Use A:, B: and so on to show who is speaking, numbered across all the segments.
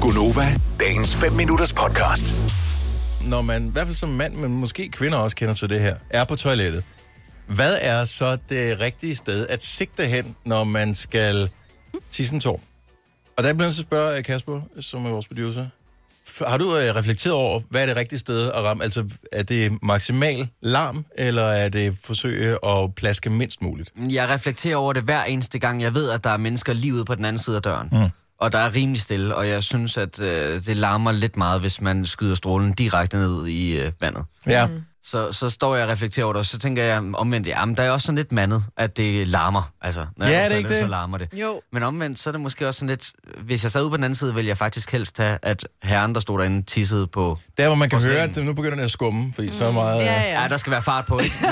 A: Gunova, dagens 5 minutters podcast.
B: når man, i hvert fald som mand, men måske kvinder også kender til det her, er på toilettet. Hvad er så det rigtige sted at sigte hen, når man skal tisse en tår? Og der bliver jeg så spørge øh, Kasper, som er vores producer. F- Har du øh, reflekteret over, hvad er det rigtige sted at ramme? Altså, er det maksimal larm, eller er det forsøge at plaske mindst muligt?
C: Mm.
D: Jeg reflekterer over det hver eneste gang. Jeg ved, at der er mennesker lige ude på den anden side af døren. Mm. Og der er rimelig stille, og jeg synes, at øh, det larmer lidt meget, hvis man skyder strålen direkte ned i øh, vandet.
B: Ja.
D: Så, så står jeg og reflekterer over det, og så tænker jeg omvendt, jamen der er også sådan lidt mandet, at det larmer. Altså, når
B: Ja,
D: jeg er
B: er
D: på
B: det ikke
D: toilettet,
B: det?
D: så larmer det.
E: Jo.
D: Men omvendt, så er det måske også sådan lidt, hvis jeg sad ude på den anden side, ville jeg faktisk helst have, at herren, der stod derinde, tissede på...
B: Der, hvor man kan
D: Og
B: høre,
D: sengen.
B: at nu begynder det at skumme, fordi
C: Mm.
B: så er meget... øh,
E: Ja,
D: Ja.
E: ja.
D: Ej, der skal være fart på, ikke? Men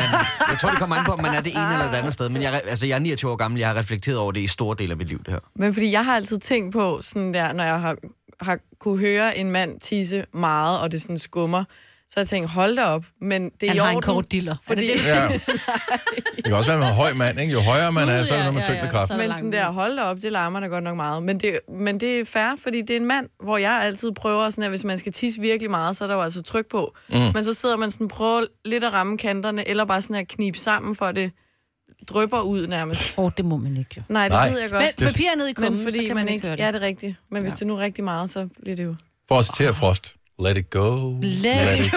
D: jeg tror, det kommer an på, om man er det ene eller det andet sted. Men jeg, re- altså, jeg er 29 år gammel, jeg har reflekteret over det i store dele af mit liv, det her.
E: Men fordi jeg har altid tænkt på, sådan der, når jeg har, har kunne høre en mand tisse meget, og det sådan skummer, så har jeg tænkt, hold da op, men det er
C: Han
E: i
C: har
E: orden,
C: en kort diller. Er det
E: Fordi,
C: det, du
B: Ja. Det kan også være, at man er høj mand, ikke? Jo højere man er, så er det, når man er
C: Ja,
B: tyngd
C: ja,
B: med
C: ja.
B: kraft.
C: Så er
E: men
C: langt
E: sådan
C: ud.
E: der, hold da op, det larmer da godt nok meget. Men det, men det er fair, fordi det er en mand, hvor jeg altid prøver sådan, at hvis man skal tisse virkelig meget, så er der jo altså tryk på. Mm. Men så sidder man sådan, prøver lidt at ramme kanterne, eller bare sådan at knibe sammen, for at det drypper ud nærmest.
C: Åh, oh, det må man ikke jo.
E: Nej, det
B: Nej.
E: Nej. ved jeg godt.
C: Men papir er nede i kummen,
E: Men fordi
C: så kan
E: man,
C: man
E: ikke...
C: høre det.
E: Ja, det er rigtigt. Men hvis det nu er rigtig meget, så bliver det jo...
B: For at citere Frost. Let it go.
C: Let it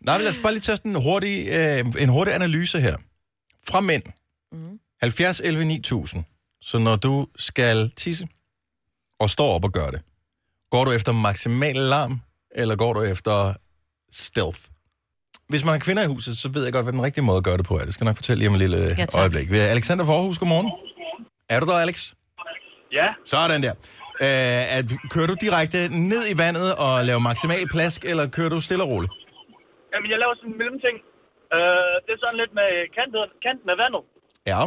B: Nej, men lad os bare lige tage sådan en hurtig, øh, en hurtig analyse her. Fra mænd. Mm. 70, 11, 9000. Så når du skal tisse og står op og gør det, går du efter maksimal larm, eller går du efter stealth? Hvis man har kvinder i huset, så ved jeg godt, hvad den rigtige måde at gøre det på er. Det skal jeg nok fortælle lige om et lille
C: Ja,
B: ja,
C: tak.
B: øjeblik. Vi har Alexander Forhus, godmorgen. Er du der, Alex?
F: Ja,
B: Sådan der. Øh, at, kører du direkte ned i vandet og laver maksimal plask, eller kører du stille og roligt?
F: jamen jeg laver sådan en mellemting. Øh, det er sådan lidt med kanten, kanten af vandet.
B: Ja.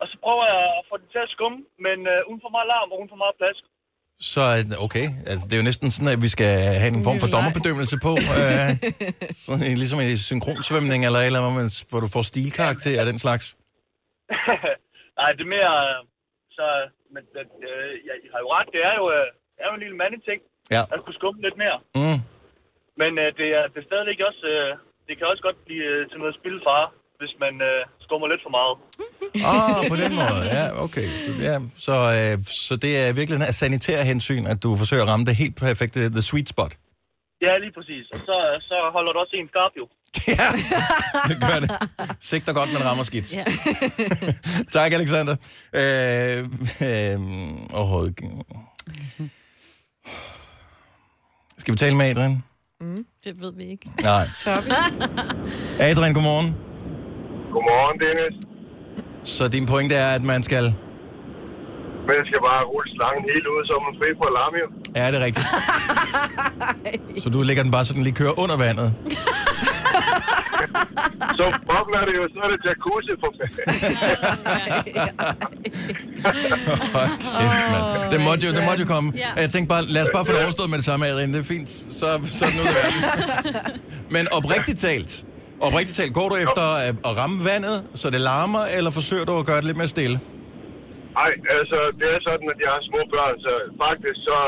F: Og så prøver jeg at få den til at skumme, men øh, uden for meget larm og uden for meget plads.
B: Så øh, okay, altså det er jo næsten sådan, at vi skal have en form for dommerbedømmelse på. Øh, sådan en, ligesom en synkronsvømning eller et eller andet, hvor man- hvor du får stilkarakter og den slags.
F: Nej, det er mere... øh, Så, men øh, jeg I har jo ret, det er jo, øh, det er jo en lille mandeting.
B: Ja.
F: At kunne skumme lidt mere.
B: Mm.
F: Men øh, det, er, det er stadigvæk også... Øh, det kan også godt blive øh, til noget spilfare, hvis man øh, skummer lidt for meget.
B: Ah, på den måde. Ja, okay. Så, ja. Så, øh, så det er virkelig af sanitære hensyn, at du forsøger at ramme det helt perfekte, the sweet spot.
F: Ja, lige præcis. Og så, så holder det også en skarp jo.
B: ja, det gør det. Sigter godt, men rammer skidt.
C: Ja.
B: tak, Alexander. Øh, øh, åh, øh. Skal vi tale med Adrian?
C: Det ved vi ikke.
B: Nej.
E: Top.
B: Adrian, godmorgen.
G: Godmorgen, Dennis.
B: Så din pointe er, at man skal...
G: Men jeg skal bare rulle slangen helt ud, så er man fri for alarm, jo.
B: Ja, det er rigtigt. så du lægger den bare, så den lige kører under vandet.
G: Så bobler det jo, så er det jacuzzi for fanden.
B: Hold kæft, mand. Det måtte jo, det måtte jo komme.
C: Ja.
B: Og Jeg tænkte bare, lad os bare få det overstået med det samme, Adrian. Det er fint. Så, så er den ud af verden. Men oprigtigt talt, oprigtigt talt, går du efter at, at ramme vandet, så det larmer, eller forsøger du at gøre det lidt mere stille?
G: Ej, altså, det er sådan, at jeg har små børn, så faktisk så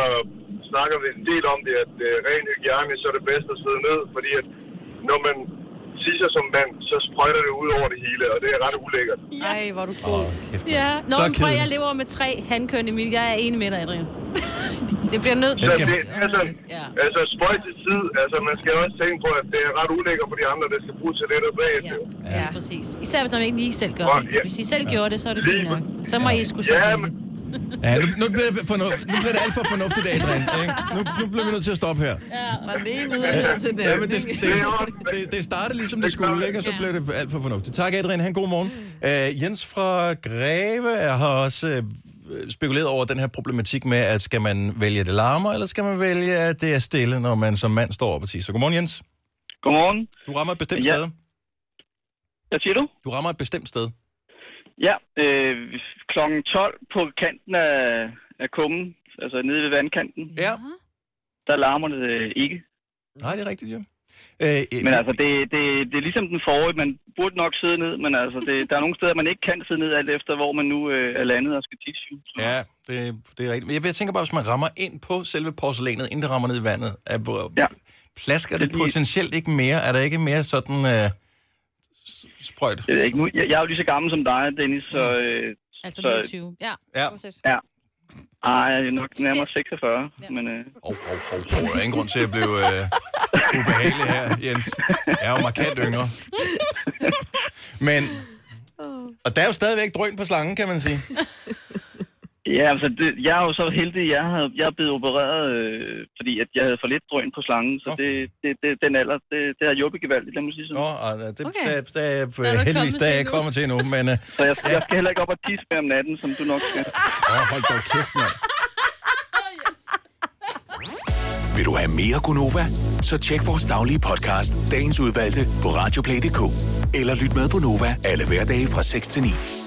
G: snakker vi en del om det, at øh, ren hygiejne, så er det bedst at sidde ned, fordi at når man tisser som mand, så sprøjter det ud over det hele, og det er ret ulækkert.
E: Ej, hvor er du god.
B: Kæft, mand.
C: Ja. Nå,
B: Så
C: men prøv,
B: kedelig.
C: jeg lever med tre handkøn, Emil. Jeg er enig med dig, Adrian. det bliver nødt
G: Så
B: Jeg skal-
C: til.
G: det, altså,
C: Ja.
G: altså, spøj til tid, altså, man skal også tænke på, at det er ret ulækkert for de andre, der skal bruge til det der bagefter. jo.
C: Ja, ja. præcis. Især hvis man ikke lige selv gør
G: Åh,
C: det.
G: ja.
C: Hvis I selv gjorde det, så er det
G: Lige
C: fint nok. Så må I sgu
G: Ja,
C: selv
G: men-
C: vælge.
B: Ja, nu, nu, bliver det fornu- nu bliver det alt for fornuftigt, Adrian. Ikke? Nu, nu bliver vi nødt til at stoppe her.
E: Var den ene ude til den
B: Ja, men det, det,
E: anden.
B: det, det startede ligesom det skulle, ikke? og så blev det alt for fornuftigt. Tak, Adrian. Han god morgen. Uh, Jens fra Greve er- har også uh, spekuleret over den her problematik med, at skal man vælge at det larmer, eller skal man vælge, at det er stille, når man som mand står op og tisser. Godmorgen, Jens.
F: Godmorgen.
B: Du rammer et bestemt
F: Ja.
B: sted.
F: Hvad siger du?
B: Du rammer et bestemt sted.
F: Ja, øh, klokken 12 på kanten af, af kummen, altså nede ved vandkanten,
B: Ja.
F: der larmer det øh, ikke.
B: Nej, det er rigtigt, jo. Øh,
F: Men altså, det, det, det er ligesom den forrige. Man burde nok sidde ned, men altså, det, der er nogle steder, man ikke kan sidde ned, alt efter hvor man nu øh, er landet og skal tisse. jo. Så-
B: Ja, det, det er rigtigt. Men Jeg, jeg tænker bare, hvis man rammer ind på selve porcelænet, inden det rammer ned i vandet, er, hvor,
F: Ja.
B: plasker det,
F: Det er lige-
B: potentielt ikke mere? Er der ikke mere sådan øh, s- sprøjt?
F: Jeg, ved ikke, nu, jeg, jeg er jo lige så gammel som dig, Dennis, så... Øh,
C: Altså
F: Så-
C: 29. Ja.
B: Ja.
C: fortsæt.
F: ej, jeg er nok nærmere 46,
C: Ja.
F: men... Øh,
B: Åh, oh, oh, oh, oh, der er ingen grund til at blive øh, ubehagelig her, Jens. Jeg er jo markant yngre. Men, og der er jo stadigvæk drøn på slangen, kan man sige.
F: Ja, altså, det, jeg er jo så heldig, jeg havde, jeg er blevet opereret, øh, fordi at jeg havde for lidt drøn på slangen, så
B: Nå,
F: det, det, det, den alder, det, det har hjulpet gevaldigt, lad mig sige sådan.
B: Nå, og øh, det, det,
C: Okay.
B: det, det,
C: er du
B: det
C: ikke
B: heldigvis,
C: kommet
B: der er
C: til
B: jeg ikke
C: endnu.
B: kommet til endnu, men... Øh,
F: Så jeg, jeg skal heller ikke op og tisse med om natten, som du nok skal.
B: åh, hold da kæft, mand.
A: Vil du have mere Gunova? Så tjek vores daglige podcast, dagens udvalgte, på radioplay.dk. Eller lyt med på Nova alle hverdage fra 6 til 9.